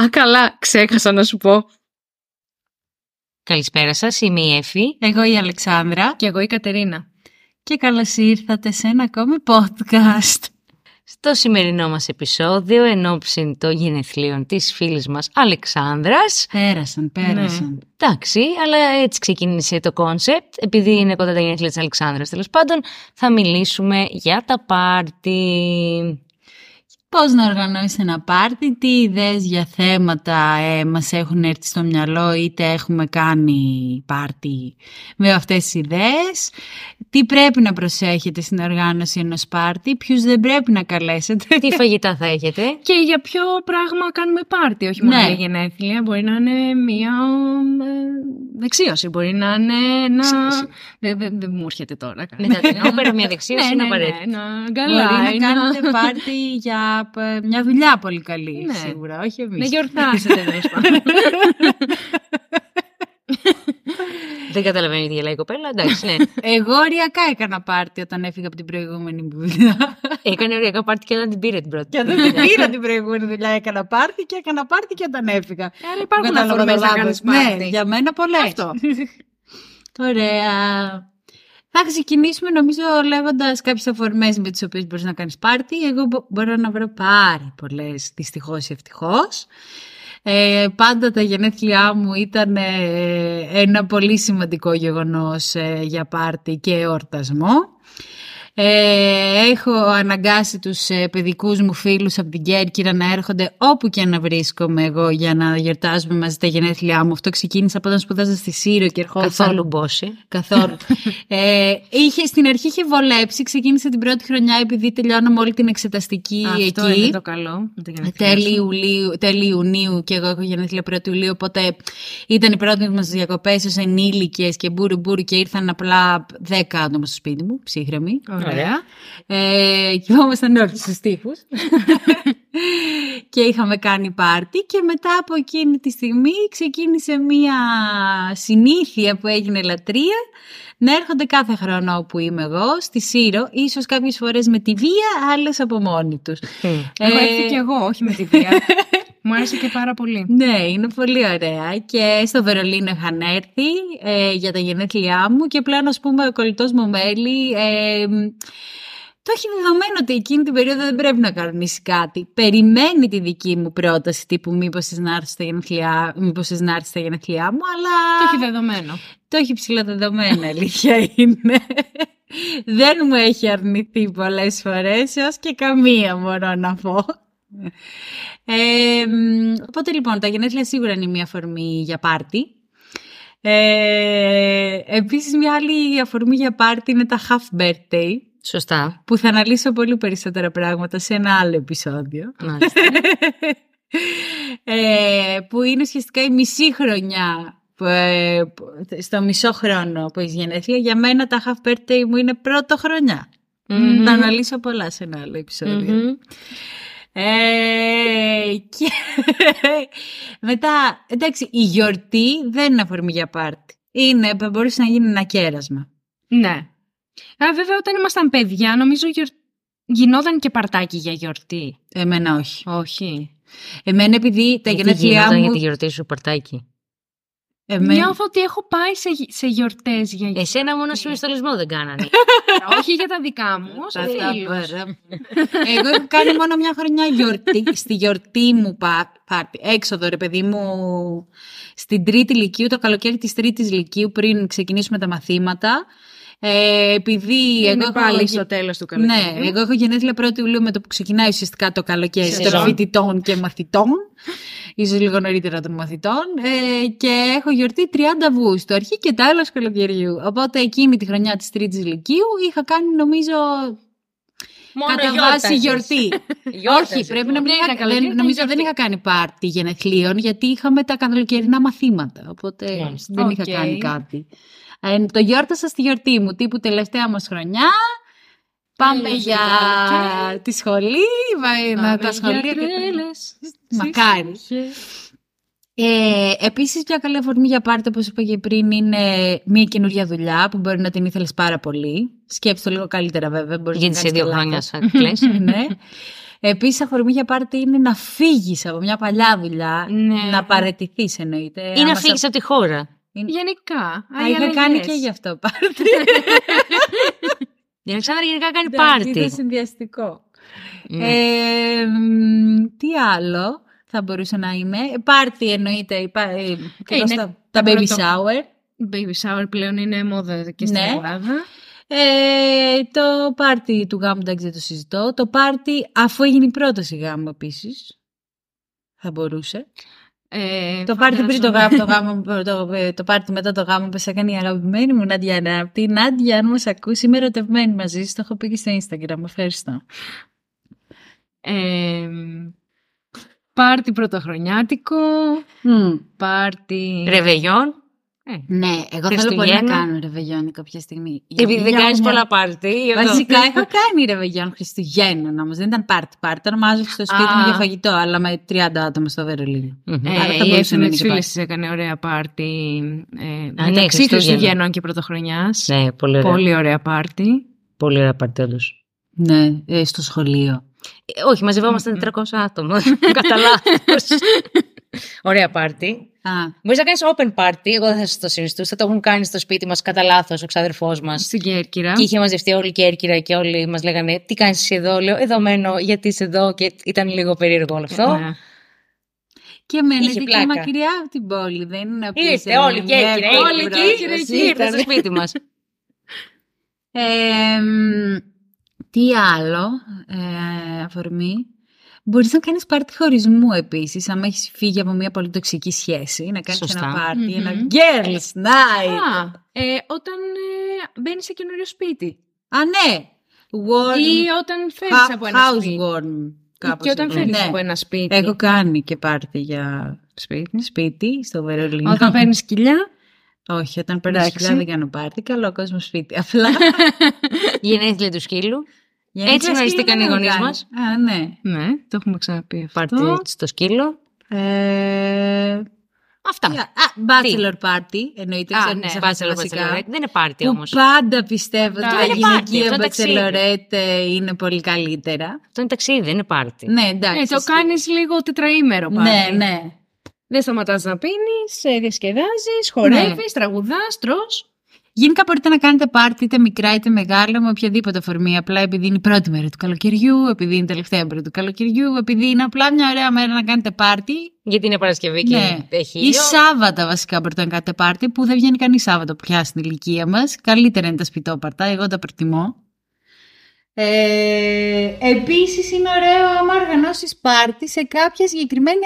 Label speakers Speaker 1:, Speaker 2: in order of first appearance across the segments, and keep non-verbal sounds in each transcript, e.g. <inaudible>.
Speaker 1: Α, καλά, ξέχασα να σου πω.
Speaker 2: Καλησπέρα σας, είμαι η Εφη. Εγώ η Αλεξάνδρα.
Speaker 1: Και εγώ η Κατερίνα.
Speaker 2: Και καλώς ήρθατε σε ένα ακόμη podcast. Στο σημερινό μας επεισόδιο, εν ώψη των γενεθλίων της φίλης μας Αλεξάνδρας.
Speaker 1: Ναι.
Speaker 3: Πέρασαν, πέρασαν.
Speaker 2: Εντάξει, αλλά έτσι ξεκίνησε το κόνσεπτ. Επειδή είναι κοντά τα γενέθλια της Αλεξάνδρας, τέλος πάντων, θα μιλήσουμε για τα πάρτι.
Speaker 3: Πώς να οργανώσεις ένα πάρτι, τι ιδέες για θέματα ε, μας έχουν έρθει στο μυαλό είτε έχουμε κάνει πάρτι με αυτές τις ιδέες, τι πρέπει να προσέχετε στην οργάνωση ενός πάρτι, ποιους δεν πρέπει να καλέσετε.
Speaker 1: <laughs>
Speaker 2: Τι φαγητά θα έχετε.
Speaker 1: Και για ποιο πράγμα κάνουμε πάρτι, όχι μόνο
Speaker 3: Ναι.
Speaker 1: για γενέθλια. Μπορεί να είναι μία ε, δεξίωση, μπορεί να είναι ένα... Δεν δε, δε μου έρχεται τώρα. Ναι,
Speaker 2: Μετά Ναι, την όπερα,
Speaker 1: <laughs>
Speaker 2: μια δεξίωση είναι απαραίτητη.
Speaker 1: ένα
Speaker 3: Μπορεί
Speaker 1: γκαλάι,
Speaker 3: να
Speaker 1: ένα-
Speaker 3: κάνετε πάρτι για ε, μια δουλειά πολύ καλή
Speaker 1: Ναι.
Speaker 3: σίγουρα, όχι εμείς.
Speaker 1: Να
Speaker 3: <laughs>
Speaker 1: γιορτάσετε,
Speaker 2: <laughs>
Speaker 1: δέσπα.
Speaker 2: Δεν καταλαβαίνει τι γελάει η κοπέλα, εντάξει, ναι.
Speaker 3: Εγώ οριακά έκανα πάρτι όταν έφυγα από την προηγούμενη δουλειά.
Speaker 2: Έκανε ωριακά πάρτι και δεν την πήρε την πρώτη.
Speaker 3: Και δεν την πήρα την προηγούμενη δουλειά, έκανα πάρτι και έκανα πάρτι και όταν έφυγα.
Speaker 1: Άρα υπάρχουν
Speaker 3: Κατάλαβα το
Speaker 1: αφορμές να
Speaker 3: λάθος.
Speaker 1: κάνεις
Speaker 3: Ναι,
Speaker 1: πάρτι.
Speaker 3: για μένα πολλές.
Speaker 1: Αυτό.
Speaker 3: Ωραία. Θα ξεκινήσουμε νομίζω λέγοντας κάποιες αφορμές με τις οποίες μπορείς να κάνεις πάρτι. Εγώ μπο- μπορώ να βρω πάρα πολλές, δυστυχώς ή ευτυχώς. Ε, πάντα τα γενέθλιά μου ήταν ε, ένα πολύ σημαντικό γεγονός ε, για πάρτι και εορτασμό. Ε, έχω αναγκάσει τους ε, παιδικούς μου φίλους από την Κέρκυρα να έρχονται όπου και να βρίσκομαι εγώ για να γιορτάζουμε μαζί τα γενέθλιά μου. Αυτό ξεκίνησε από όταν σπουδάζα στη Σύρο και ερχόταν...
Speaker 2: Καθόλου μπόση.
Speaker 3: Καθόλου. ε, είχε, στην αρχή είχε βολέψει, ξεκίνησε την πρώτη χρονιά επειδή τελειώναμε όλη την εξεταστική
Speaker 1: Αυτό
Speaker 3: εκεί.
Speaker 1: είναι το καλό. με τα γενέθλιά σου.
Speaker 3: Τέλη, Ιουλίου, τέλη Ιουνίου και εγώ έχω γενέθλια 1η Ιουλίου, οπότε ήταν οι πρώτες μας διακοπές ως ενήλικες και μπούρου μπούρου και ήρθαν απλά 10 άτομα στο σπίτι μου, ψύχρεμοι.
Speaker 1: Ωραία.
Speaker 3: Ε, κοιμόμασταν όλοι στους
Speaker 1: <laughs>
Speaker 3: τοίχους. και είχαμε κάνει πάρτι και μετά από εκείνη τη στιγμή ξεκίνησε μία συνήθεια που έγινε λατρεία να έρχονται κάθε χρόνο όπου είμαι εγώ, στη Σύρο, ίσως κάποιες φορές με τη βία, άλλες από μόνοι τους.
Speaker 1: Έχω
Speaker 3: Ε,
Speaker 1: έρθει κι εγώ, όχι με τη
Speaker 2: <laughs>
Speaker 1: βία. Μου άρεσε και πάρα πολύ.
Speaker 3: ναι, είναι πολύ ωραία. Και στο Βερολίνο είχαν έρθει ε, για τα γενέθλιά μου και πλέον, ας πούμε, ο κολλητός μου μέλη. Ε, μ, το έχει δεδομένο ότι εκείνη την περίοδο δεν πρέπει να κανονίσει κάτι. Περιμένει τη δική μου πρόταση τύπου μήπως θες να έρθει στα γενέθλιά, μήπως θες να έρθεις στα γενέθλιά μου,
Speaker 1: Το
Speaker 3: αλλά.
Speaker 1: έχει δεδομένο.
Speaker 3: Το έχει ψηλοδεδομένο, αλήθεια είναι. Δεν μου έχει αρνηθεί πολλές φορές, έως και καμία μπορώ να πω. Ε, μ, οπότε λοιπόν, τα γενέθλια σίγουρα είναι μια αφορμή για πάρτι. Ε, επίσης μια άλλη αφορμή για πάρτι είναι τα half birthday,
Speaker 2: Σωστά.
Speaker 3: που θα αναλύσω πολύ περισσότερα πράγματα σε ένα άλλο επεισόδιο.
Speaker 2: Μάλιστα.
Speaker 3: ε, που είναι ουσιαστικά η μισή χρονιά που, ε, που- στο μισό χρόνο που έχεις γενέθλια. Για μένα τα half birthday μου είναι πρώτο χρονιά.
Speaker 2: Μμμ.
Speaker 3: Θα αναλύσω πολλά σε ένα άλλο
Speaker 2: <laughs>
Speaker 3: επεισόδιο.
Speaker 2: Μμμ.
Speaker 3: Ε, και <laughs> μετά, εντάξει, η γιορτή δεν είναι αφορμή για πάρτι. Είναι, μπορούσε να γίνει ένα κέρασμα.
Speaker 1: Ναι. Α, βέβαια, όταν ήμασταν παιδιά, νομίζω γιορ... γινόταν και παρτάκι για γιορτή.
Speaker 3: Εμένα όχι.
Speaker 1: Όχι.
Speaker 3: Εμένα επειδή τα
Speaker 2: Ε, Γιατί
Speaker 3: γενέθλιά
Speaker 2: γινόταν για τη
Speaker 3: μου...
Speaker 2: γιορτή σου, Παρτάκι.
Speaker 3: Εμένα...
Speaker 1: Νιώθω ότι έχω πάει σε, γι- σε γιορτές
Speaker 3: Ε,
Speaker 1: για γιορτή.
Speaker 2: Εσένα μόνο στον ιστολισμό δεν <laughs> κάνανε.
Speaker 1: όχι για τα δικά μου, όσο
Speaker 3: Τα
Speaker 1: φίλους.
Speaker 3: τάπαρα. Εγώ έχω κάνει μόνο μια χρονιά γιορτή, στη γιορτή μου πα- πάρτι. Έξοδο, ρε παιδί μου, στην τρίτη λυκείου, το καλοκαίρι της τρίτης λυκείου, πριν ξεκινήσουμε τα μαθήματα. Ε, επειδή εγώ
Speaker 1: Είναι
Speaker 3: έχω
Speaker 1: πάλι
Speaker 3: γεν-
Speaker 1: στο τέλος του καλοκαιριού.
Speaker 3: ναι, εγώ έχω γενέθλια 1η Ιουλίου με το που ξεκινάει ουσιαστικά το καλοκαίρι των
Speaker 2: Σεζόν.
Speaker 3: φοιτητών και μαθητών. Ίσως λίγο νωρίτερα των μαθητών. Ε, και έχω γιορτή 30 Αυγούστου, αρχή και τέλο καλοκαιριού. Οπότε εκείνη τη χρονιά της Τρίτης Λυκείου είχα κάνει νομίζω κατά βάση γιορτή. Όχι, πρέπει να μην
Speaker 1: Ναι,
Speaker 3: είχα-
Speaker 1: ήταν καλοκαίρι,
Speaker 3: δεν-
Speaker 1: ήταν
Speaker 3: Νομίζω δεν
Speaker 1: γιορτή.
Speaker 3: είχα κάνει πάρτι γενεθλίων, γιατί είχαμε τα καλοκαιρινά μαθήματα. Οπότε
Speaker 2: Μάλιστα.
Speaker 3: δεν
Speaker 1: Οκ.
Speaker 3: είχα κάνει κάτι. Ε, το γιόρτασα στη γιορτή μου, τύπου τελευταία μας χρονιά. Πάμε
Speaker 1: Τέλος
Speaker 3: για
Speaker 1: το καλοκαίρι.
Speaker 3: τη σχολή, βα- να τα σχολεία. και τα- Μακάρι. Ε, επίσης, μια καλή αφορμή για πάρτι, όπως είπα και πριν, είναι μια καινούργια δουλειά που μπορεί να την ήθελες πάρα πολύ. Σκέψτε το λίγο καλύτερα, βέβαια. μπορείς να
Speaker 2: Γιατί σε
Speaker 3: κάνεις
Speaker 2: δύο
Speaker 3: και
Speaker 2: <laughs> χρόνια
Speaker 3: λάθος.
Speaker 2: σαν κλαις.
Speaker 3: <laughs> ναι. Επίσης, αφορμή για πάρτι είναι να φύγεις από μια παλιά δουλειά.
Speaker 2: Ναι.
Speaker 3: Να παρετηθείς εννοείται.
Speaker 2: Ή να
Speaker 3: άμα
Speaker 2: φύγει
Speaker 3: σε-
Speaker 2: από τη χώρα.
Speaker 1: Ναι, Γενικά.
Speaker 3: Τα είχα κάνει και γι' αυτό πάρτι.
Speaker 2: Η Αλεξάνδρα γενικά κάνει
Speaker 3: Εντάξει, Ήταν
Speaker 2: πάρτι.
Speaker 3: Ε, συνδυαστικό.
Speaker 2: Ναι.
Speaker 3: Ε, μ, τι άλλο θα μπορούσε να είμαι. Ε, Πάρτι εννοείται. υπά- ε, καθώς
Speaker 1: είναι
Speaker 3: τα, τα baby
Speaker 1: πρώτο.
Speaker 3: shower.
Speaker 1: Baby shower πλέον είναι μόδα και στην
Speaker 3: Ναι.
Speaker 1: Ελλάδα.
Speaker 3: Ε, το πάρτι του γάμου εντάξει δεν το συζητώ. Το πάρτι αφού έγινε η πρόταση γάμου επίσης. Θα μπορούσε.
Speaker 1: Ε,
Speaker 3: Το πάρτι πριν το
Speaker 1: φαντάζομαι-
Speaker 3: γάμο, το, γάμο, το, ε, το πάρτι μετά το γάμο που σε έκανε η αγαπημένη μου Νάντια Νάπτη. Νάντια, αν μας ακούσει, είμαι ερωτευμένη μαζί σου. Το έχω πει και στο Instagram. Ευχαριστώ.
Speaker 1: Ε, πάρτι πρωτοχρονιάτικο. Πάρτι.
Speaker 2: Ρεβεγιόν. Ε,
Speaker 3: Ναι, εγώ θέλω πολύ να
Speaker 2: Χριστουγέννα.
Speaker 3: κάνω ρεβεγιόνι κάποια στιγμή.
Speaker 2: Επειδή δεν
Speaker 3: νιώθω
Speaker 2: κάνει
Speaker 3: μια-
Speaker 2: πολλά πάρτι. γι' αυτό.
Speaker 3: Βασικά έχω κάνει ρεβεγιόν Χριστουγέννων όμως. Δεν ήταν πάρτι. Πάρτι ήταν μάζευε στο σπίτι
Speaker 1: Α.
Speaker 3: μου για φαγητό, αλλά με 30 άτομα στο Βερολίνο.
Speaker 2: Μμμ.
Speaker 1: Ε,
Speaker 3: Άρα θα
Speaker 1: η
Speaker 3: μπορούσε να
Speaker 1: Εύθυνη
Speaker 3: είναι
Speaker 1: της
Speaker 3: και πάρτι.
Speaker 1: φίλης της έκανε ωραία πάρτι. Ε,
Speaker 2: ναι,
Speaker 1: μεταξύ
Speaker 2: Χριστούγεννα.
Speaker 1: Χριστουγέννων και Πρωτοχρονιάς.
Speaker 2: Ναι, πολύ ωραία. Πολύ,
Speaker 1: Πολύ ωραία πάρτι.
Speaker 2: ωραία πάρτι όντως.
Speaker 3: Ναι, ε, στο σχολείο.
Speaker 2: Ε, Όχι, μαζευόμασταν 400 άτομα. <laughs> Κατά λάθος. Ωραία πάρτι.
Speaker 3: Α,
Speaker 2: Μπορείς να κάνεις open party. Εγώ δεν θα σας το συνιστούσα. Το έχουν κάνει στο σπίτι μας κατά λάθος ο ξαδερφό μας.
Speaker 1: Στην Κέρκυρα.
Speaker 2: Και είχε μαζευτεί όλη η Κέρκυρα και όλοι μας λέγανε Τι κάνεις εσύ εδώ, λέω Εδώ μένω, γιατί είσαι εδώ. Και ήταν λίγο περίεργο όλο αυτό.
Speaker 1: Ναι.
Speaker 3: και εμένα
Speaker 2: Είχε
Speaker 3: γιατί και
Speaker 2: πλάκα.
Speaker 3: μακριά από την πόλη. Δεν είναι να πεις,
Speaker 2: Ήρθε
Speaker 3: ε,
Speaker 2: όλη η
Speaker 3: μια
Speaker 2: Κέρκυρα.
Speaker 3: κούρα,
Speaker 2: Όλη η
Speaker 3: ήρθε
Speaker 2: Κέρκυρα
Speaker 3: ήταν.
Speaker 2: ήρθε στο σπίτι μας.
Speaker 3: Ε, μ, τι άλλο ε, αφορμή. Μπορείς να κάνεις πάρτι χωρισμού επίσης, αν έχεις φύγει από μια πολύ τοξική σχέση, να κάνεις
Speaker 2: Σωστά.
Speaker 3: ένα πάρτι, ένα
Speaker 1: Μμμ.
Speaker 3: girls night.
Speaker 1: Α, ε, όταν ε, μπαίνεις σε καινούριο σπίτι.
Speaker 3: Α, ναι. Warm,
Speaker 1: Ή όταν φέρεις
Speaker 3: ha-
Speaker 1: από ένα
Speaker 3: house
Speaker 1: σπίτι.
Speaker 3: warm. κάπως
Speaker 1: Και όταν
Speaker 3: έτσι.
Speaker 1: φέρεις
Speaker 3: Ναι.
Speaker 1: από ένα σπίτι.
Speaker 3: Έχω κάνει και πάρτι για
Speaker 1: σπίτι.
Speaker 3: σπίτι στο Βερολίνο. <laughs>
Speaker 1: Όταν παίρνεις κοιλιά.
Speaker 3: Όχι, όταν παίρνεις
Speaker 1: Εντάξει.
Speaker 3: χιλιά δεν κάνω πάρτι. Καλό κόσμο σπίτι. Απλά.
Speaker 2: <laughs> Γενέθλια του σκύλου.
Speaker 3: γενικά
Speaker 2: Έτσι γνωριστήκαν
Speaker 3: σκύλο
Speaker 2: οι
Speaker 3: δεν έχω
Speaker 2: γονείς
Speaker 3: κάνει. Α, ναι.
Speaker 1: Ναι, το έχουμε ξαναπεί αυτό.
Speaker 2: Πάρτι στο σκύλο.
Speaker 3: Ε,
Speaker 2: Αυτά.
Speaker 3: Α, bachelor party, εννοείται.
Speaker 2: Α,
Speaker 3: ξέρω,
Speaker 2: ναι,
Speaker 3: ξέχασα
Speaker 2: bachelor,
Speaker 3: βασικά.
Speaker 2: bachelorette. Δεν είναι πάρτι
Speaker 3: Που
Speaker 2: όμως.
Speaker 3: πάντα πιστεύω ότι
Speaker 1: Αυτό
Speaker 3: τα
Speaker 1: είναι
Speaker 3: γυναικεία
Speaker 2: Ναι, party, αυτό είναι
Speaker 3: bachelorette ε, είναι πολύ καλύτερα.
Speaker 2: Αυτό είναι ταξίδι, δεν είναι πάρτι.
Speaker 3: Ναι, εντάξει.
Speaker 1: Ναι, το κάνεις λίγο τετραήμερο πάλι.
Speaker 3: Ναι, ναι.
Speaker 1: Δεν σταματάς να πίνεις, διασκεδάζει, χορεύει,
Speaker 3: Ναι.
Speaker 1: τραγουδάς, τρώ.
Speaker 3: Γενικά μπορείτε να κάνετε πάρτι είτε μικρά είτε μεγάλα με οποιαδήποτε αφορμή. Απλά επειδή είναι η πρώτη μέρα του καλοκαιριού, επειδή είναι η τελευταία μέρα του καλοκαιριού, επειδή είναι απλά μια ωραία μέρα να κάνετε πάρτι.
Speaker 2: Γιατί είναι Παρασκευή και
Speaker 3: Ναι.
Speaker 2: έχει
Speaker 3: Ή
Speaker 2: ήλιο.
Speaker 3: Σάββατα βασικά μπορείτε να κάνετε πάρτι που δεν βγαίνει κανείς Σάββατο πια στην ηλικία μας. Καλύτερα είναι τα σπιτόπαρτα, εγώ τα προτιμώ. Ε, επίσης είναι ωραίο άμα οργανώσεις πάρτι σε κάποια συγκεκριμένη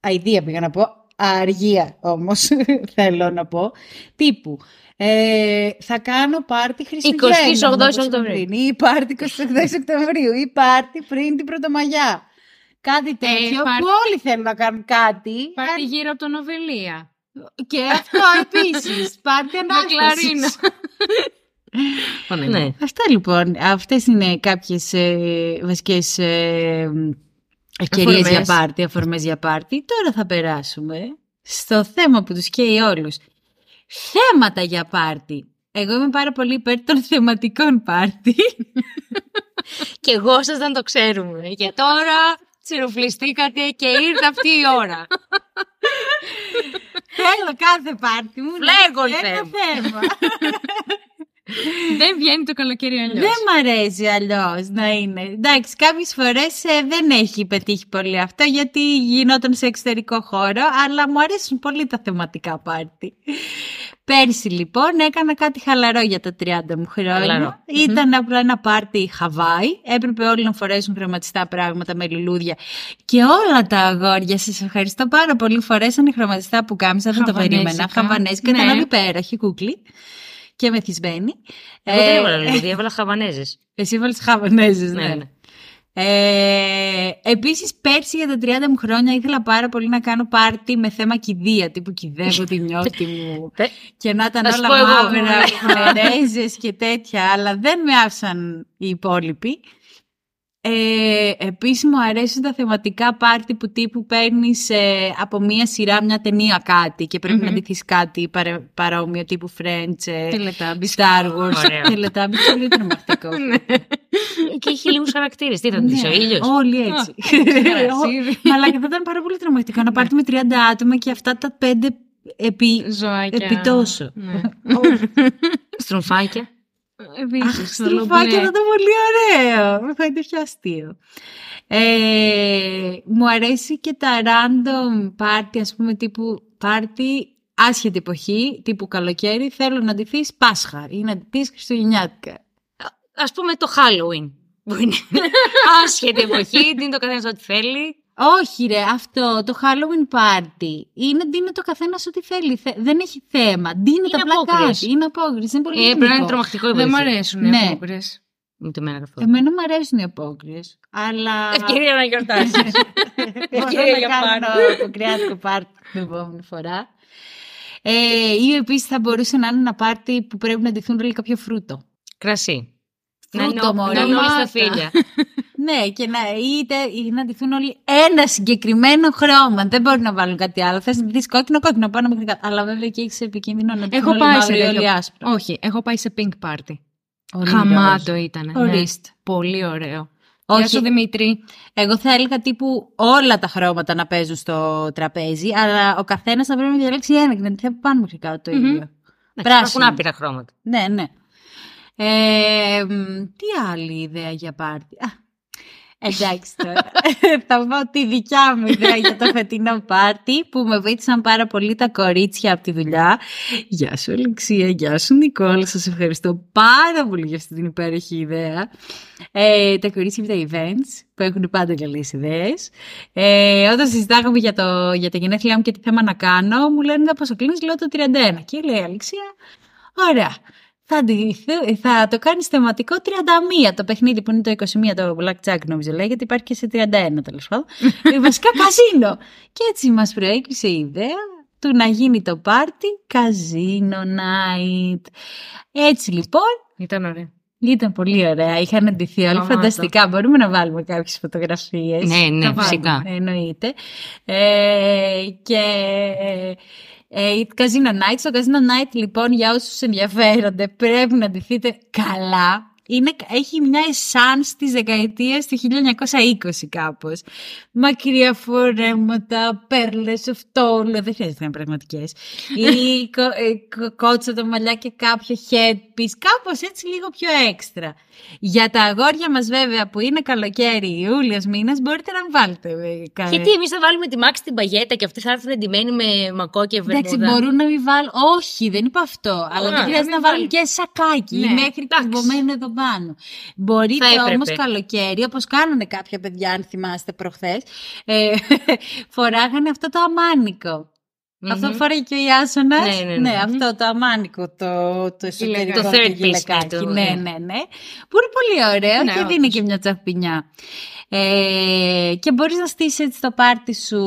Speaker 3: αηδία πήγα να πω, αργία όμως <laughs> θέλω να πω, τύπου ε, θα κάνω πάρτι Χριστουγέννων
Speaker 2: 28
Speaker 3: όπως είπα
Speaker 2: Οκτωβρίου.
Speaker 3: πριν, ή πάρτι 28 Οκτωβρίου ή πάρτι πριν την Πρωτομαγιά.
Speaker 2: Ε,
Speaker 3: Κάτι τέτοιο
Speaker 1: πάρτι-
Speaker 3: που όλοι θέλουν να κάνουν κάτι
Speaker 1: Πάρτι γύρω από τον Οβελία.
Speaker 3: και αυτό επίσης, πάρτι
Speaker 1: κλαρίνα.
Speaker 3: ανάστασης.
Speaker 2: Ναι.
Speaker 3: Αυτά λοιπόν, αυτές είναι κάποιες ε, βασικές ε, ευκαιρίες
Speaker 1: Αφορμές.
Speaker 3: για πάρτι, αφορμές για πάρτι. Τώρα θα περάσουμε στο θέμα που τους καίει όλους. Θέματα για πάρτι. Εγώ είμαι πάρα πολύ υπέρ των θεματικών πάρτι.
Speaker 2: Και εγώ σα δεν το ξέρουμε. Και τώρα τσιρουφλιστήκατε και ήρθε αυτή η ώρα.
Speaker 3: Θέλω κάθε πάρτι μου να
Speaker 2: Φλέγον
Speaker 3: έχει ένα
Speaker 2: θέμα.
Speaker 3: θέμα.
Speaker 1: Δεν βγαίνει το καλοκαίρι αλλιώς.
Speaker 3: Δεν μ' αρέσει αλλιώς να είναι. Εντάξει, κάποιες φορές δεν έχει πετύχει πολύ αυτό γιατί γινόταν σε εξωτερικό χώρο, αλλά μου αρέσουν πολύ τα θεματικά πάρτι. Πέρσι λοιπόν έκανα κάτι χαλαρό για τα 30 μου
Speaker 2: Χαλαρό.
Speaker 3: χρόνια. Ήταν απλά ένα πάρτι Χαβάη. Έπρεπε όλοι να φορέσουν χρωματιστά πράγματα με λουλούδια. Και όλα τα αγόρια, σας ευχαριστώ πάρα πολύ, φορέσανε χρωματιστά που κάμισα. Δεν το
Speaker 1: Χαβανέζικα.
Speaker 3: περίμενα. Χαβανέζικα.
Speaker 1: Ναι.
Speaker 3: Ήταν όλοι υπέροχοι, κούκλοι και μεθυσμένοι.
Speaker 2: Εγώ δεν
Speaker 3: Ε,
Speaker 2: έβαλα λουλούδια, έβαλα χαβανέζε.
Speaker 3: εσύ έβαλες χαβανέζες, ναι.
Speaker 2: Ναι, ναι.
Speaker 3: Ε, επίσης πέρσι για τα 30 μου χρόνια ήθελα πάρα πολύ να κάνω πάρτι με θέμα κηδεία, τύπου κηδεύω τη νιώτη μου και να ήταν
Speaker 2: Θα σου
Speaker 3: όλα
Speaker 2: πω εγώ.
Speaker 3: μαύρα, φλερέζες και τέτοια, αλλά δεν με άφησαν οι υπόλοιποι. Ε, επίσης μου αρέσουν τα θεματικά πάρτι που τύπου παίρνεις ε, από μία σειρά μια ταινία κάτι και πρεπει να
Speaker 1: Μμμ.
Speaker 3: ντυθείς κάτι παρε, παρόμοιο τύπου French, ε,
Speaker 1: Τελετάμπης.
Speaker 3: Star Wars,
Speaker 2: Ωραίο.
Speaker 3: Teletubbies, πολύ τρομακτικό.
Speaker 2: Ναι. και έχει λίγους χαρακτήρες. Τι θα του δεις ο
Speaker 3: Ναι,
Speaker 2: ήλιος.
Speaker 3: Όλοι έτσι. <laughs>
Speaker 1: Καρασίδι.
Speaker 3: Αλλά και θα ήταν πάρα πολύ τρομακτικό να πάρτε με 30 άτομα και αυτά τα πέντε επί...
Speaker 1: Ζωάκια.
Speaker 3: Επί τόσο.
Speaker 1: Ναι.
Speaker 2: Στροφάκια.
Speaker 3: Αχ,
Speaker 1: Επίσης, το
Speaker 3: στροφάκι,
Speaker 1: λομπλέ.
Speaker 3: αυτό ήταν πολύ ωραίο. Μου φαίνεται πιο αστείο. Ε, μου αρέσει και τα random party, ας πούμε, τύπου party άσχετη εποχή, τύπου καλοκαίρι, θέλω να ντυθείς Πάσχα ή να ντυθείς Χριστουγεννιάτικα.
Speaker 2: Ας πούμε το Halloween. Που είναι άσχετη εποχή, δίνει το καθένας ό,τι θέλει.
Speaker 3: Όχι ρε, αυτό το Halloween party είναι ντύνε το καθένας ό,τι θέλει. Θε- Δεν έχει θέμα. Ντύνε τα απλά
Speaker 2: απόκριες.
Speaker 3: κάτι. Είναι απόκριση. Είναι πολύ
Speaker 2: Ε, πρέπει να είναι
Speaker 3: γενικό.
Speaker 2: τρομακτικό η
Speaker 1: Δεν μ'
Speaker 2: εποχή.
Speaker 1: αρέσουν οι
Speaker 3: Ναι.
Speaker 1: απόκριες.
Speaker 2: Ούτε εμένα καθόλου.
Speaker 3: Εμένα μου αρέσουν οι απόκριες, αλλά...
Speaker 2: Ευκαιρία να γιορτάσεις.
Speaker 3: Μπορώ
Speaker 2: για
Speaker 3: να κάνω το κρεάτικο πάρτι την επόμενη φορά. Ε, ή επίσης θα μπορούσε να είναι ένα πάρτι που πρέπει να ντυθούν όλοι κάποιο φρούτο.
Speaker 2: <laughs> Κρασί. Να
Speaker 3: Φρούτο,
Speaker 2: νο-
Speaker 3: μωρέ.
Speaker 2: να νόμεις τα
Speaker 3: Ντομάτα.
Speaker 2: φίλια.
Speaker 3: <laughs> Ναι, και να, είτε, ή να ντυθούν όλοι ένα συγκεκριμένο χρώμα. Δεν μπορεί να βάλουν κάτι άλλο. Θα ντυθεί κόκκινο, κόκκινο, πάνω μέχρι κάτω. Αλλά βέβαια και έχεις επικίνδυνο να ντυθούν
Speaker 1: Έχω
Speaker 3: όλοι
Speaker 1: πάει σε
Speaker 3: μαύρο ή όλοι
Speaker 1: τέτοιο.
Speaker 3: άσπρο.
Speaker 1: Όχι, έχω πάει σε pink party.
Speaker 3: Όλοι ροζ.
Speaker 1: Χαμάτο ήταν. ναι.
Speaker 3: Ορίστε.
Speaker 1: Πολύ ωραίο.
Speaker 3: Όχι.
Speaker 1: Γεια σου Δημήτρη.
Speaker 3: Εγώ θα έλεγα τύπου όλα τα χρώματα να παίζουν στο τραπέζι, αλλά ο καθένας θα πρέπει να διαλέξει ένα και να ντυθεί από πάνω μέχρι κάτω το ίδιο.
Speaker 2: Υπάρχουν άπειρα χρώματα.
Speaker 3: Ναι, ναι. Ε, μ, τι άλλη ιδέα για πάρτι. Α, εντάξει τώρα. Θα πω τη δικιά μου ιδέα για το φετινό πάρτι που με βοήθησαν πάρα πολύ τα κορίτσια από τη δουλειά. Γεια σου Αλεξία, γεια σου Νικόλα. Σας ευχαριστώ πάρα πολύ για αυτή την υπέροχη ιδέα. Ε, τα κορίτσια από τα events που έχουν πάντα καλές ιδέες. Ε, όταν συζητάγαμε για, το, για τα γενέθλιά μου και τι θέμα να κάνω, μου λένε να πόσο κλείνεις, λέω το 31. Και λέει Αλεξία, Ωραία. Θα, αντιληφθώ- θα το κάνεις θεματικό 31 το παιχνίδι που είναι το 21, το Blackjack νομίζω λέγεται. Υπάρχει και σε 31 τέλος πάντων. Ε, Βασικά καζίνο. Και έτσι μας προέκυψε η ιδέα του να γίνει το πάρτι καζίνο night. Έτσι λοιπόν,
Speaker 1: Ήταν ωραίο.
Speaker 3: ήταν πολύ ωραία. Είχαν αντιθεί όλοι
Speaker 1: Σταμάτα.
Speaker 3: φανταστικά. Μπορούμε να βάλουμε κάποιες φωτογραφίες.
Speaker 2: Ναι, ναι, φυσικά.
Speaker 3: Εννοείται. Ε, και ε, η Casino Night. Στο Casino Night, λοιπόν, για όσους ενδιαφέρονται, πρέπει να ντυθείτε καλά. Είναι, έχει μια εσάνς της δεκαετίας του 1920 κάπως. Μακριά φορέματα, πέρλες, φτόλο, δεν χρειάζεται να είναι <laughs> πραγματικές. Ή κο, ε, κο- κότσα το μαλλιά και κάποιο headpiece, κάπως έτσι λίγο πιο έξτρα. Για τα αγόρια μας βέβαια που είναι καλοκαίρι, Ιούλιος μήνας, μπορείτε να μην βάλετε ε, κα-
Speaker 2: Γιατί εμείς θα βάλουμε τη Μάξ την παγέτα και αυτοί θα έρθουν εντυμένοι με μακό και βερμούδα.
Speaker 3: Εντάξει, μπορούν να μην βάλουν. Όχι, δεν είπα αυτό. Αλλά δεν
Speaker 2: να
Speaker 3: χρειάζεται να
Speaker 2: μην βάλουν.
Speaker 3: βάλουν και σακάκι ή
Speaker 1: Ναι,
Speaker 3: μέχρι
Speaker 2: εντάξει.
Speaker 3: κουμπωμένο εδώ πάνω. Μπορείτε
Speaker 2: έπρεπε.
Speaker 3: όμω καλοκαίρι, όπως κάνανε κάποια παιδιά, αν θυμάστε προχθές, ε, <laughs> φοράγανε αυτό το αμάνικο.
Speaker 2: Μμμ.
Speaker 3: Αυτό που φοράει και ο Ιάσονα.
Speaker 2: Ναι, ναι, ναι.
Speaker 3: αυτό το αμάνικο, το, το
Speaker 2: Το
Speaker 3: εσωτερικό. του
Speaker 2: third piece
Speaker 3: γυλακάκι.
Speaker 2: του,
Speaker 3: Ναι,
Speaker 2: ναι.
Speaker 3: ναι, ναι. Που είναι πολύ ωραίο
Speaker 1: Ναι,
Speaker 3: και
Speaker 1: όντως.
Speaker 3: δίνει και μια τσαφπινιά. Ε, και μπορείς να στήσεις έτσι το πάρτι σου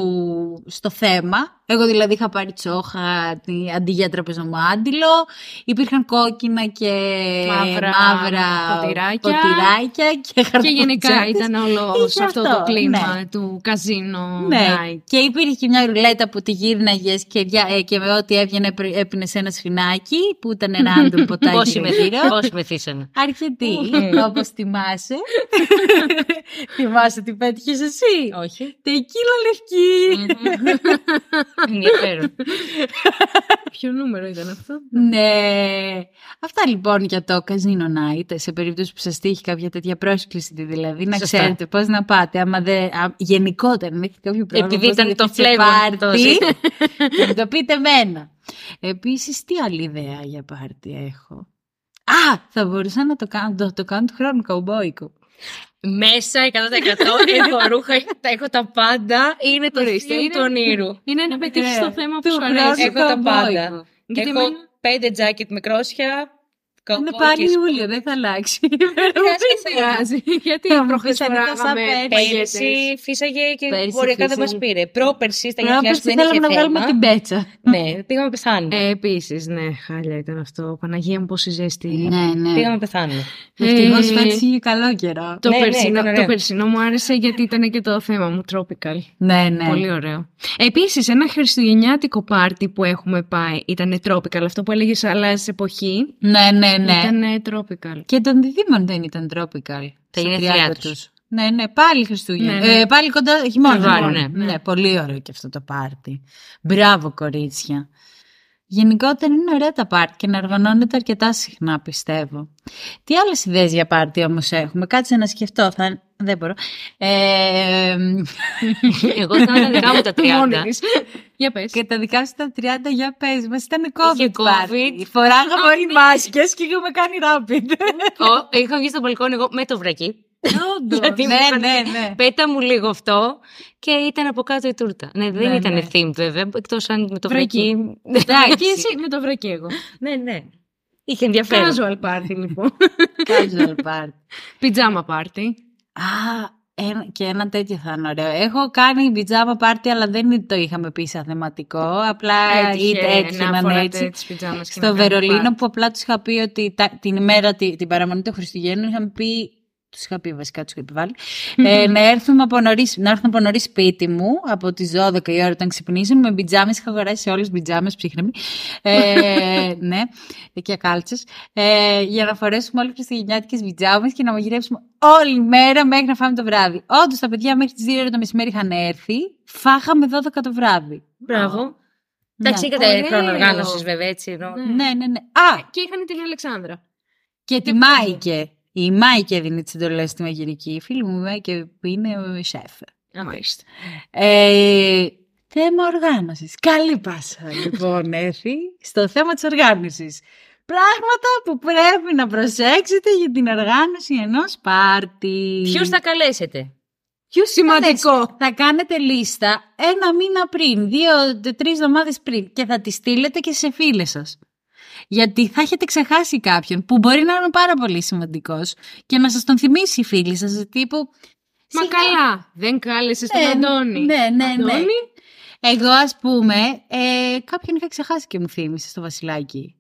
Speaker 3: στο θέμα. Εγώ δηλαδή είχα πάρει τσόχα τη- αντί για τραπεζωμό άντιλο. Υπήρχαν κόκκινα και
Speaker 1: Μαύρα
Speaker 3: μαύρα
Speaker 1: ποτηράκια.
Speaker 3: ποτηράκια και
Speaker 1: Και γενικά
Speaker 3: χαρτοπουτσάκια.
Speaker 1: ήταν όλο
Speaker 3: Είχε
Speaker 1: σε αυτό
Speaker 3: αυτό,
Speaker 1: το κλίμα
Speaker 3: ναι.
Speaker 1: του
Speaker 2: <laughs>
Speaker 1: καζίνο.
Speaker 3: Ναι.
Speaker 1: night.
Speaker 3: Και υπήρχε και μια ρουλέτα που τη γύρναγες και, δια- ε, και με ό,τι έβγαινε έπινες ένα σφινάκι που ήταν ένα άντρο ποτάκι
Speaker 2: Πόσοι,
Speaker 3: γύρω.
Speaker 2: με...
Speaker 3: <laughs>
Speaker 2: ναι. Πόσοι μεθύσανε.
Speaker 3: Αρκετή, όπως
Speaker 2: <laughs>
Speaker 3: θυμάσαι. θυμάσαι τι πέτυχες εσύ.
Speaker 2: Όχι.
Speaker 3: Τεκίλα λευκή.
Speaker 2: Ενδιαφέρον.
Speaker 1: Ποιο νούμερο ήταν αυτό.
Speaker 3: ναι. Αυτά λοιπόν για το Casino Night. Σε περίπτωση που σας τύχει κάποια τέτοια πρόσκληση, δηλαδή να
Speaker 2: Σωστά.
Speaker 3: ξέρετε πώς να πάτε. Άμα δεν. α, γενικότερα, αν έχετε κάποιο πρόβλημα.
Speaker 2: Επειδή
Speaker 3: πώς
Speaker 2: ήταν
Speaker 3: να
Speaker 2: το
Speaker 3: δείτε σε
Speaker 2: flavor
Speaker 3: πάρτι,
Speaker 2: το-
Speaker 3: <laughs> να μου το πείτε εμένα. Επίσης, τι άλλη ιδέα για πάρτι έχω. Α, θα μπορούσα να το κάνω, το, το κάνω του χρόνου καουμπόικο.
Speaker 2: Μέσα 100% <laughs> έχω ρούχα, τα έχω τα πάντα. Είναι το
Speaker 1: Ορίστε,
Speaker 2: θείο
Speaker 1: είναι-
Speaker 2: του όνειρου.
Speaker 1: Είναι Ε, να πετύχει το θέμα που
Speaker 3: Ε, του
Speaker 1: σου
Speaker 3: χρόνου
Speaker 1: αρέσει.
Speaker 2: Έχω τα πάντα.
Speaker 3: καουμπόικο.
Speaker 1: Γιατί
Speaker 2: έχω
Speaker 1: εμένα-
Speaker 2: πέντε τζάκετ με κρόσια,
Speaker 3: Είναι πάλι Ιούλιο, δεν θα αλλάξει.
Speaker 1: Δεν πειράζει. Γιατί
Speaker 3: Θα μου πεις
Speaker 1: προχθές
Speaker 3: αν ήταν σαν
Speaker 1: φοράγαμε
Speaker 3: πέρσι.
Speaker 1: παγετές.
Speaker 4: Πέρυσι φύσαγε και
Speaker 3: Πέρυσι
Speaker 4: βορειοκά δεν
Speaker 3: φύσαγε.
Speaker 4: μα πήρε. Πρόπερσι στα
Speaker 3: Πρέπει
Speaker 4: 9.000
Speaker 3: να
Speaker 4: δεν είχε
Speaker 3: θέλαμε να βγάλουμε την
Speaker 4: θέμα.
Speaker 3: πέτσα.
Speaker 4: Ναι, πήγαμε πεθάνουμε.
Speaker 2: Ε, Επίσης, ναι, χάλια ήταν αυτό. Παναγία μου, πόση ζέστη.
Speaker 3: Ναι, ναι.
Speaker 4: Πήγαμε πεθάνουμε.
Speaker 3: Ευτυχώς
Speaker 2: Ε,
Speaker 3: φέτος είχε καλό καιρό.
Speaker 2: Το,
Speaker 4: Ναι, ναι,
Speaker 2: περσινό,
Speaker 4: ήταν ωραίο.
Speaker 2: το περσινό μου άρεσε γιατί ήταν και το θέμα μου, tropical.
Speaker 3: Ναι, ναι.
Speaker 2: Πολύ ωραίο. Επίσης, ένα χριστουγεννιάτικο πάρτι που έχουμε πάει ήταν tropical. Αυτό που έλεγες αλλάζει εποχή.
Speaker 3: Ναι, ναι, ναι.
Speaker 2: Ήταν tropical.
Speaker 3: Και των διδήμων δεν ήταν tropical.
Speaker 2: Τα
Speaker 3: στα
Speaker 2: γενέθλιά
Speaker 3: 30
Speaker 2: τους.
Speaker 3: τους. Ναι, ναι, πάλι Χριστούγεννα.
Speaker 2: Ναι, ναι.
Speaker 3: Ε, πάλι κοντά χειμώνα.
Speaker 2: Φεβρουάριο,
Speaker 3: χειμώνα.
Speaker 2: ναι, ναι.
Speaker 3: πολύ ωραίο και αυτό το πάρτι. Μπράβο, κορίτσια. Γενικότερα είναι ωραία τα πάρτι και να οργανώνεται αρκετά συχνά, πιστεύω. Τι άλλες ιδέες για πάρτι όμως έχουμε, κάτσε να σκεφτώ. Θα... Δεν μπορώ. Ε,
Speaker 2: <laughs> Εγώ ήταν τα δικά μου τα
Speaker 3: <laughs>
Speaker 2: 30. Για πες.
Speaker 3: και τα δικά σου τα 30 για πες μας ήταν COVID,
Speaker 2: COVID.
Speaker 3: πάρτι. Φοράγαμε όλοι μάσκες και είχαμε κάνει rapid.
Speaker 2: Ω, Είχα βγει στο μπαλκόνι εγώ με το βρακί. Γιατί μου
Speaker 3: ναι,
Speaker 2: είχαν
Speaker 3: ναι,
Speaker 2: πει,
Speaker 3: ναι.
Speaker 2: Πέτα μου λίγο αυτό και ήταν από κάτω η τούρτα. Ναι, δεν
Speaker 3: Ναι,
Speaker 2: ήταν
Speaker 3: ναι.
Speaker 2: theme βέβαια, εκτός αν με το
Speaker 1: Βρακί.
Speaker 2: βρακί. <laughs>
Speaker 1: Και εσύ με το βρακί εγώ.
Speaker 2: ναι, ναι. Είχε ενδιαφέρον.
Speaker 1: Casual party λοιπόν.
Speaker 3: <laughs> Casual party.
Speaker 1: Πιτζάμα party.
Speaker 3: Α, ένα, και ένα τέτοιο θα είναι ωραίο. Έχω κάνει πιτζάμα πάρτι, αλλά δεν το είχαμε πει σαν θεματικό. Απλά
Speaker 1: Έτυχε
Speaker 3: είτε-
Speaker 1: να
Speaker 3: έτυχε να είναι
Speaker 1: φοράτε
Speaker 3: έτσι.
Speaker 1: τις πιτζάμες και να
Speaker 3: Στο
Speaker 1: κάνετε
Speaker 3: Βερολίνο,
Speaker 1: πάρτι.
Speaker 3: που απλά τους είχα πει ότι τα- την ημέρα, τη- την παραμονή των Χριστουγέννων, είχαμε πει. Τους είχα πει βασικά, τους είχα επιβάλει.
Speaker 1: <laughs>
Speaker 3: ε, να, έρθουμε από νωρίς, να έρθουν από νωρίς σπίτι μου, από τις 12 η ώρα όταν ξυπνήσαμε, με πιτζάμε. Είχα αγοράσει όλε πιτζάμε, ψύχνεμοι.
Speaker 1: <laughs>
Speaker 3: Ε, ναι, και κάλτσες. Ε, για να φορέσουμε όλε τι χριστουγεννιάτικε πιτζάμε και να μαγειρέψουμε όλη μέρα μέχρι να φάμε το βράδυ. Όντως, τα παιδιά μέχρι τις 2 ώρα το μεσημέρι είχαν έρθει. Φάγαμε 12 το βράδυ.
Speaker 2: Μπράβο.
Speaker 4: Εντάξει,
Speaker 3: Ναι.
Speaker 4: είχατε
Speaker 1: Ωραίο.
Speaker 4: χρόνο οργάνωση, βέβαια, έτσι. εννοώ.
Speaker 1: Mm.
Speaker 3: Ναι, ναι, ναι. Α,
Speaker 1: Και είχαν την Αλεξάνδρα.
Speaker 3: Και τη Μάικε. Η Μάικε δίνει τις εντολές στη μαγειρική. Η φίλη μου η Μάικε που είναι ο σεφ.
Speaker 1: Μάλιστα.
Speaker 3: Ε, θέμα οργάνωσης. Καλή πάσα λοιπόν έρθει στο θέμα της οργάνωσης. Πράγματα που πρέπει να προσέξετε για την οργάνωση ενός πάρτι.
Speaker 4: Ποιους θα καλέσετε.
Speaker 3: Ποιο σημαντικό. Θα κάνετε λίστα ένα μήνα πριν, δύο-τρει εβδομάδες πριν και θα τη στείλετε και σε φίλες σας. Γιατί θα έχετε ξεχάσει κάποιον που μπορεί να είναι πάρα πολύ σημαντικός και να σας τον θυμίσει η φίλη σα. Τύπου.
Speaker 1: Μα
Speaker 3: «Σιγά,
Speaker 1: καλά, δεν κάλεσες τον Αντώνη.
Speaker 3: Ναι, ναι, ναι.
Speaker 1: Αντώνη.
Speaker 3: Εγώ, ας πούμε, ε, κάποιον είχα ξεχάσει και μου θύμισε στο Βασιλάκι.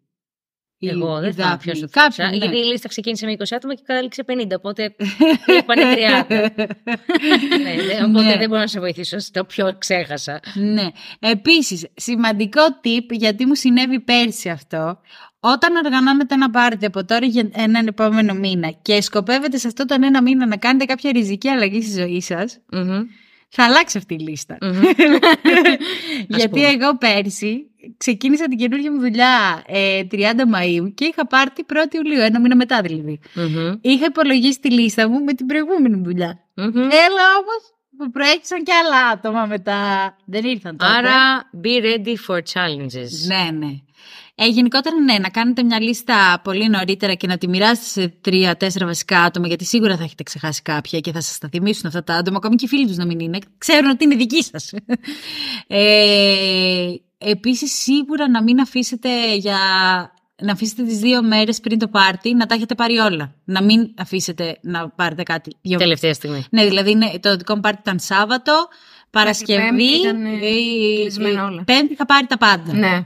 Speaker 3: Η-
Speaker 4: Εγώ
Speaker 3: η
Speaker 4: δεν θα
Speaker 3: Δάφνη.
Speaker 4: ποιος το
Speaker 3: Κάποιον,
Speaker 4: θύμισα,
Speaker 3: ναι.
Speaker 4: Γιατί η λίστα ξεκίνησε με 20 άτομα και κατέληξε 50. Οπότε
Speaker 2: <laughs>
Speaker 4: είπανε 30. ναι, ναι, οπότε
Speaker 3: Ναι.
Speaker 4: δεν μπορώ να σε βοηθήσω στο ποιο ξέχασα.
Speaker 3: Ναι. Επίσης, σημαντικό tip, γιατί μου συνέβη πέρσι αυτό. Όταν οργανώνετε ένα πάρτι από τώρα για έναν επόμενο μήνα και σκοπεύετε σε αυτόν τον ένα μήνα να κάνετε κάποια ριζική αλλαγή στη ζωή σας,
Speaker 2: Μμμ.
Speaker 3: θα αλλάξει αυτή η λίστα. <laughs> γιατί εγώ πέρσι ξεκίνησα την καινούργια μου δουλειά ε, 30 Μαΐου και είχα πάρτι 1η Ιουλίου, ένα μήνα μετά δηλαδή.
Speaker 2: Μμμ.
Speaker 3: Είχα υπολογίσει τη λίστα μου με την προηγούμενη μου δουλειά.
Speaker 2: Μμμ.
Speaker 3: Έλα όμως που προέκυψαν και άλλα άτομα μετά. Δεν ήρθαν τότε.
Speaker 2: Άρα, be ready for challenges.
Speaker 3: Ναι, ναι. Ε, γενικότερα, ναι, να κάνετε μια λίστα πολύ νωρίτερα και να τη μοιράσετε σε τρία-τέσσερα βασικά άτομα, γιατί σίγουρα θα έχετε ξεχάσει κάποια και θα σας τα θυμίσουν αυτά τα άτομα, ακόμη και οι φίλοι τους να μην είναι. Ξέρουν ότι είναι δική σας. <laughs> Ε, Επίσης, σίγουρα να μην αφήσετε για. Να αφήσετε τις δύο μέρες πριν το πάρτι να τα έχετε πάρει όλα. Να μην αφήσετε να πάρετε κάτι. δύο-
Speaker 2: Τελευταία στιγμή.
Speaker 3: Ναι, δηλαδή ναι, το δικό μου πάρτι ήταν Σάββατο, Παρασκευή,
Speaker 1: Πέμπτη ήταν, ε,
Speaker 3: η-
Speaker 1: κλεισμένα
Speaker 3: η-
Speaker 1: όλα.
Speaker 3: Πέμπτη είχα πάρει τα πάντα.
Speaker 1: Ναι.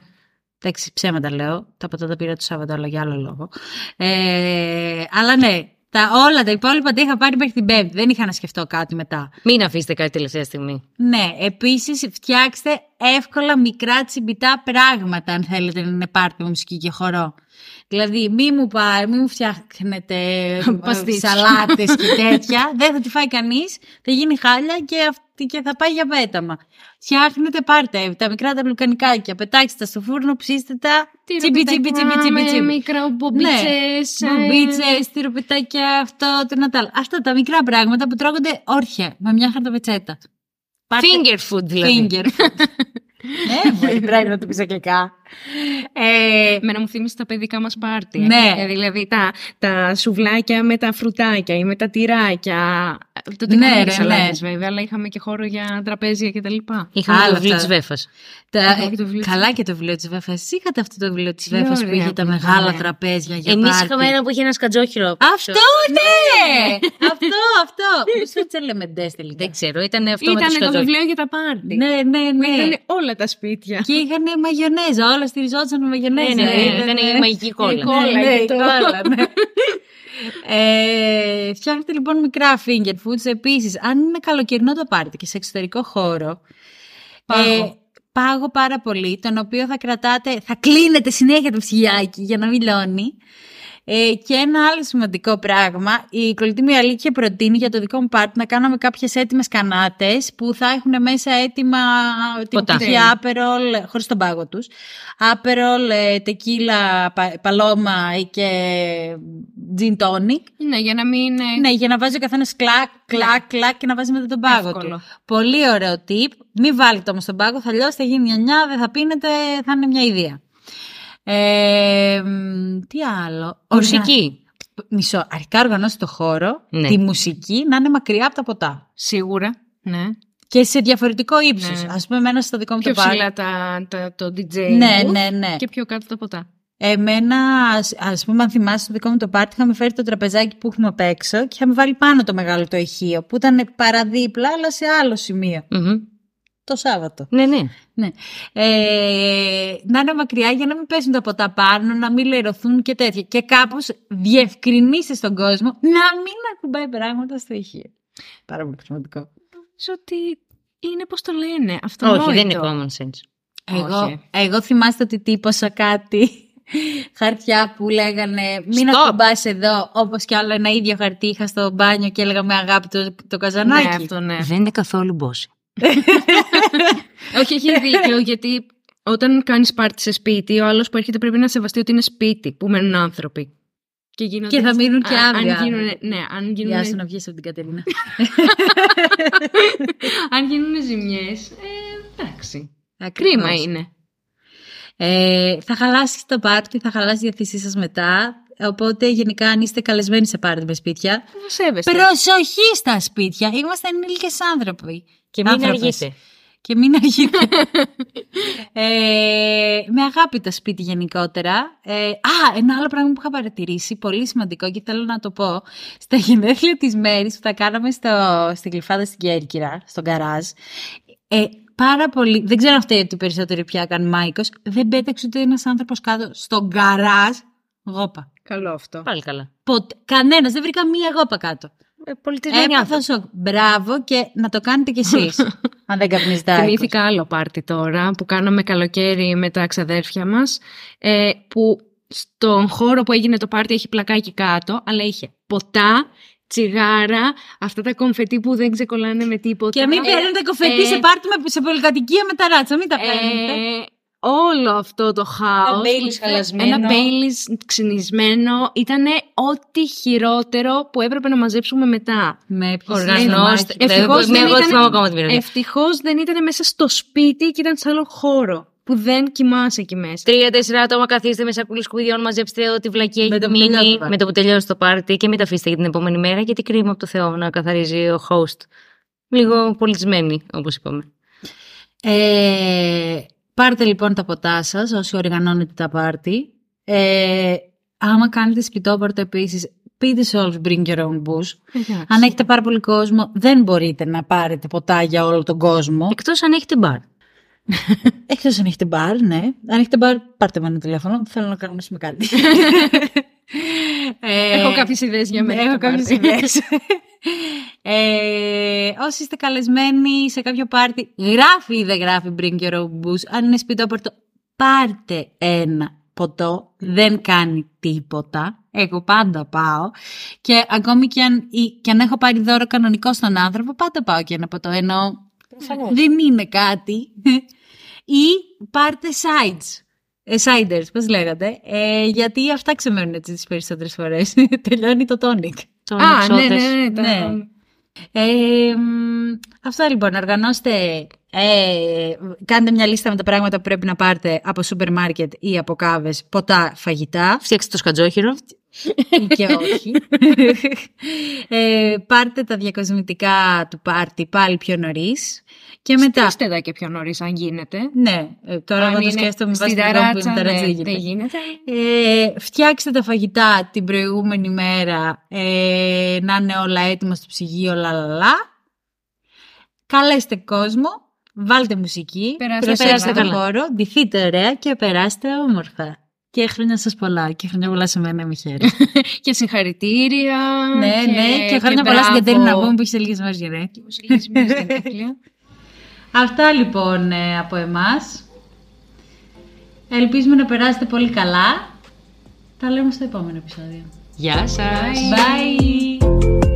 Speaker 3: Εντάξει, ψέματα λέω. Τα ποτά τα πήρα το Σάββατο, αλλά για άλλο λόγο. Ε, αλλά ναι, τα, όλα τα υπόλοιπα τα είχα πάρει μέχρι την Πέμπτη. Δεν είχα να σκεφτώ κάτι μετά.
Speaker 2: Μην αφήσετε κάτι τελευταία στιγμή.
Speaker 3: Ναι, επίσης φτιάξτε εύκολα μικρά τσιμπητά πράγματα, αν θέλετε να είναι πάρτι με μουσική και χορό. Δηλαδή, μη μου, πα, μη μου φτιάχνετε
Speaker 1: Παστίτσιο.
Speaker 3: σαλάτες και
Speaker 1: <laughs>
Speaker 3: τέτοια. Δεν θα τη φάει κανείς, θα γίνει χάλια και, αυτή, και θα πάει για πέταμα. Φτιάχνετε, πάρτε τα μικρά τα λουκανικάκια, πετάξτε τα στο φούρνο, ψήστε τα. Τσιμπι, τσιμπι, τσιμπι, τσιμπι, τσιμπι. Ναι.
Speaker 1: Μικρά ε, μπομπίτσες. ε,
Speaker 3: Μπομπίτσε, τυροπιτάκια, αυτό, το να τα άλλα. Αυτά τα μικρά πράγματα που τρώγονται όρχια με μια χαρτοπετσέτα.
Speaker 2: Finger food δηλαδή.
Speaker 3: Finger. Ναι, μπορεί πρέπει να το πεις αγγλικά. Ε,
Speaker 1: Εμένα μου θύμισε τα παιδικά μας πάρτι.
Speaker 3: Ναι.
Speaker 1: Ε, δηλαδή τα, τα σουβλάκια με τα φρουτάκια ή με τα τυράκια. Ε, Τότε
Speaker 3: Ναι,
Speaker 1: είχαμε
Speaker 3: ρε,
Speaker 1: και σαλάτες
Speaker 3: ναι.
Speaker 1: βέβαια, αλλά είχαμε και χώρο για τραπέζια κτλ.
Speaker 2: Είχαμε
Speaker 3: Άλλα
Speaker 2: το βιβλίο
Speaker 3: αυτά.
Speaker 2: τη Βέφας.
Speaker 3: τα,
Speaker 1: Είχαμε και το βιβλίο της-
Speaker 3: καλά και το βιβλίο τη Βέφα. Εσείς είχατε αυτό το βιβλίο τη
Speaker 1: Τι
Speaker 3: Βέφας που
Speaker 1: ωραία
Speaker 3: είχε τα
Speaker 1: που ήταν,
Speaker 3: μεγάλα
Speaker 1: ναι.
Speaker 3: τραπέζια για
Speaker 4: Εμείς
Speaker 3: πάρτι.
Speaker 4: είχαμε ένα που είχε ένα σκατζόχυρο. απ' πίσω.
Speaker 3: Αυτό ναι! αυτό, αυτό. Πώς θα τις λέμε ντες τελικά.
Speaker 2: Δεν ξέρω, ήταν αυτό με το
Speaker 1: Ήταν το
Speaker 2: σκατζόκι.
Speaker 1: βιβλίο για τα πάρτι.
Speaker 3: Ναι, ναι, ναι.
Speaker 1: Ήταν όλα τα σπίτια.
Speaker 3: Και είχαν μαγιονέζα, όλα στηριζόντουσαν με μαγιονέζα.
Speaker 4: Ναι, ναι, ναι,
Speaker 3: Ήτανε-
Speaker 4: ήταν η μαγική κόλλα.
Speaker 1: κόλλα.
Speaker 3: Ναι, ναι,
Speaker 1: και το-
Speaker 3: κόλλα, ναι. ε, φτιάχνετε λοιπόν μικρά finger foods. Επίσης, αν είναι καλοκαιρινό το πάρτι και σε εξωτερικό χώρο,
Speaker 1: Πάγο.
Speaker 3: πάγο Ε, πάρα πολύ, τον οποίο θα κρατάτε, θα κλείνετε συνέχεια το ψυγιάκι για να μην λιώνει. Ε, και ένα άλλο σημαντικό πράγμα, η κολλητή μου η Αλίκη προτείνει για το δικό μου πάρτι να κάναμε κάποιες έτοιμες κανάτες που θα έχουν μέσα έτοιμα την
Speaker 2: Ποτά.
Speaker 3: πτυχή άπερολ, χωρίς τον πάγο τους, άπερολ, ε, τεκίλα, πα- παλώμα και gin tonic.
Speaker 1: Ναι, για να μην. ε,
Speaker 3: Ναι, για να βάζει ο καθένας κλακ, κλακ, κλακ και να βάζει μετά τον πάγο
Speaker 1: Εύκολο.
Speaker 3: του. Πολύ ωραίο tip. Μην βάλετε όμως τον πάγο, θα λιώσει, θα γίνει νιανιά, δεν θα πίνετε, θα είναι μια ιδέα. Ε, μ, τι άλλο.
Speaker 2: Μουσική.
Speaker 3: Οργα- Μισό. Αρχικά οργανώσει το χώρο,
Speaker 2: Ναι.
Speaker 3: τη μουσική να είναι μακριά από τα ποτά.
Speaker 1: Σίγουρα. Ναι.
Speaker 3: Και σε διαφορετικό ύψος.
Speaker 1: Ναι.
Speaker 3: Ας πούμε, εμένα στο δικό μου
Speaker 1: Πιο
Speaker 3: το πάρτι.
Speaker 1: ψηλά τα, τα, το DJ.
Speaker 3: Ναι,
Speaker 1: booth
Speaker 3: ναι, ναι.
Speaker 1: Και πιο κάτω τα ποτά.
Speaker 3: Εμένα, ας- ας πούμε, αν θυμάσαι το δικό μου το πάρτι, είχαμε φέρει το τραπεζάκι που έχουμε απ' έξω και είχαμε βάλει πάνω το μεγάλο το ηχείο, που ήταν παραδίπλα, αλλά σε άλλο σημείο.
Speaker 2: Μμμ.
Speaker 3: Το Σάββατο.
Speaker 2: Ναι, ναι.
Speaker 3: Ναι. Ε, να είναι μακριά για να μην πέσουν τα ποτά πάνω, να μην λερωθούν και τέτοια. Και κάπως διευκρινίσει στον κόσμο να μην ακουμπάει πράγματα στο ηχείο. Πάρα πολύ σημαντικό.
Speaker 1: Νομίζω ότι είναι πώς το λένε. Αυτό
Speaker 2: Όχι, δεν είναι common sense.
Speaker 3: Εγώ,
Speaker 1: Όχι.
Speaker 3: εγώ θυμάστε ότι τύπωσα κάτι. <laughs> Χαρτιά που λέγανε Μην
Speaker 2: Stop.
Speaker 3: ακουμπάς εδώ. όπως κι άλλο ένα ίδιο χαρτί είχα στο μπάνιο και έλεγα με αγάπη το, το καζανάκι.
Speaker 1: Ναι, αυτό ναι.
Speaker 2: Δεν είναι καθόλου μπόση.
Speaker 1: Όχι, έχει δίκιο, γιατί όταν κάνεις πάρτι σε σπίτι, ο άλλος που έρχεται πρέπει να σεβαστεί ότι είναι σπίτι που μένουν άνθρωποι. Και, γίνονται...
Speaker 3: Και θα μείνουν και
Speaker 1: Α,
Speaker 3: αύριο
Speaker 1: Αν γίνουν, ναι, αν
Speaker 3: Γεια σου
Speaker 1: γίνουν,
Speaker 3: να βγεις από την Κατερίνα.
Speaker 1: αν γίνουν ζημιές. Ε, εντάξει. Κρίμα
Speaker 3: Ακριβώς.
Speaker 1: είναι.
Speaker 3: Ε, θα χαλάσεις το πάρτι, θα χαλάσει η διαθέσή σας μετά. Οπότε γενικά αν είστε καλεσμένοι σε πάρτι με σπίτια.
Speaker 1: Θα σέβεστε.
Speaker 3: Προσοχή στα σπίτια. Είμαστε ενήλικες άνθρωποι.
Speaker 2: Και μην
Speaker 3: Άνθρωπες.
Speaker 2: αργείτε.
Speaker 3: Και μην αργείτε. ε, με αγάπη τα σπίτι γενικότερα. Ε, α, ένα άλλο πράγμα που είχα παρατηρήσει, πολύ σημαντικό και θέλω να το πω. Στα γενέθλια της Μέρης που τα κάναμε στο, στην Κλειφάδα στην Κέρκυρα, στον Καράζ, ε, πάρα πολύ, δεν ξέρω αν φταίει ότι περισσότεροι πια έκανε Μάικος, δεν πέταξε ούτε ένας άνθρωπος κάτω στον Καράζ γόπα.
Speaker 1: Καλό αυτό.
Speaker 2: Πάλι καλά.
Speaker 3: Ποτέ, κανένας, δεν βρήκα μία γόπα κάτω.
Speaker 2: Ε, Πολιτισμένοι άνθρωποι.
Speaker 3: Έπαθα σοκ. Μπράβο και να το κάνετε κι <laughs> εσείς, αν δεν καπνίζετε άϊκος.
Speaker 1: Θυμήθηκα άλλο πάρτι τώρα που κάναμε καλοκαίρι με τα ξαδέρφια μας ε, που στον χώρο που έγινε το πάρτι έχει πλακάκι κάτω αλλά είχε ποτά, τσιγάρα, αυτά τα κομφετί που δεν ξεκολλάνε με τίποτα.
Speaker 3: Και μην παίρνετε κοφετή
Speaker 1: ε,
Speaker 3: σε πάρτι με, σε πολυκατοικία με τα ράτσα. Μην τα παίρνετε.
Speaker 1: ε, όλο αυτό το χάος.
Speaker 2: Baileys χαλασμένο.
Speaker 1: Ένα Baileys ξυνισμένο. Ήταν ό,τι χειρότερο που έπρεπε να μαζέψουμε μετά.
Speaker 3: με
Speaker 2: Ε, Οργανώστε.
Speaker 3: Ε,
Speaker 1: Ευτυχώς
Speaker 2: Ευτυχώ
Speaker 1: δεν
Speaker 2: Εγώ
Speaker 1: ήταν-
Speaker 2: θυμάμαι ακόμα την μυρωδιά.
Speaker 1: Ευτυχώς δεν ήταν μέσα στο σπίτι και ήταν σε άλλο χώρο που δεν κοιμάσαι εκεί μέσα.
Speaker 2: Τρία-τέσσερα άτομα καθίστε με σακούλες σκουπιδιών, μαζέψτε ό,τι βλακία
Speaker 3: Με
Speaker 2: έχει
Speaker 3: το
Speaker 2: μείνει.
Speaker 3: που τελειώσει το πάρτι.
Speaker 2: Με το που τελειώσει το πάρτι και μην τα αφήσετε για την επόμενη μέρα, γιατί κρίμα από το Θεό να καθαρίζει ο host. Λίγο πολιτισμένοι, όπως είπαμε.
Speaker 3: Ε, πάρτε λοιπόν τα ποτά σας όσοι οργανώνετε τα πάρτι. Ε, άμα κάνετε σπιτόπορτο επίσης, πείτε σε όλους bring your own booze. Αν έχετε πάρα πολύ κόσμο, δεν μπορείτε να πάρετε ποτά για όλο τον κόσμο.
Speaker 2: Εκτός αν έχετε μπαρ.
Speaker 3: Εκτός αν έχετε μπαρ, ναι. Αν έχετε μπαρ, πάρτε με ένα τηλέφωνο. Θέλω να κανονίσουμε κάτι. <laughs> Ε,
Speaker 1: Έχω κάποιες ιδέες για μένα.
Speaker 3: Έχω
Speaker 1: το
Speaker 3: κάποιες
Speaker 1: πάρτι.
Speaker 3: ιδέες. <laughs> ε, όσοι είστε καλεσμένοι σε κάποιο πάρτι, γράφει ή δεν γράφει Bring Your Own Booze. Αν είναι σπιτόπορτο, πάρτε ένα ποτό. Δεν κάνει τίποτα. Εγώ πάντα πάω. Και ακόμη και αν, ή- και αν έχω πάρει δώρο κανονικό στον άνθρωπο, πάντα πάω και ένα ποτό. Ενώ δεν είναι κάτι. Ή πάρτε sides. Ε, Siders, πώς λέγατε. Ε, γιατί αυτά ξεμένουν έτσι τις περισσότερες φορές. <laughs> Τελειώνει το tonic.
Speaker 2: Τον
Speaker 1: Α, ναι,
Speaker 2: εξώτες.
Speaker 1: ναι, ναι. τα-
Speaker 3: Ναι. Ε, μ, Αυτά λοιπόν, οργανώστε, ε, κάντε μια λίστα με τα πράγματα που πρέπει να πάρετε από σούπερ μάρκετ ή από κάβες, ποτά, φαγητά.
Speaker 2: Φτιάξτε το σκατζόχυρο.
Speaker 3: Ή και όχι. ε, πάρτε τα διακοσμητικά του πάρτι πάλι πιο νωρίς. Και μετά.
Speaker 1: Στήστε τα και πιο νωρίς, αν γίνεται. <laughs>
Speaker 3: Ναι, ε, τώρα
Speaker 1: Αν
Speaker 3: εγώ το
Speaker 1: είναι
Speaker 3: σκέφτομαι με βάση
Speaker 1: στην
Speaker 3: την εικόνα που
Speaker 1: ταράτσα,
Speaker 3: είναι
Speaker 1: ναι,
Speaker 3: ταράτσα, δεν
Speaker 1: δεν
Speaker 3: γίνεται.
Speaker 1: γίνεται.
Speaker 3: Ε, φτιάξτε τα φαγητά την προηγούμενη μέρα ε, να είναι όλα έτοιμα στο ψυγείο, λα, λα, λα. Καλέστε κόσμο, βάλτε μουσική,
Speaker 1: Περάστε
Speaker 3: προσέξτε
Speaker 2: καλά.
Speaker 3: το χώρο, ντυθείτε ωραία και περάστε όμορφα. Και χρόνια σας πολλά και χρόνια πολλά σε μένα μη
Speaker 1: <laughs>
Speaker 3: χαίρετε.
Speaker 1: Και συγχαρητήρια.
Speaker 3: ναι, ναι, και
Speaker 1: <laughs>
Speaker 3: χρόνια πολλά στην
Speaker 1: μπράβο.
Speaker 3: Κατέρινα Βόμ που είχε λίγες μέρες γενέθλια.
Speaker 1: Μου συλλήγεις μια γενέθλια.
Speaker 3: Αυτά λοιπόν ε, από εμάς. Ελπίζουμε να περάσετε πολύ καλά. Τα λέμε στο επόμενο επεισόδιο.
Speaker 2: Γεια σας.
Speaker 3: Bye.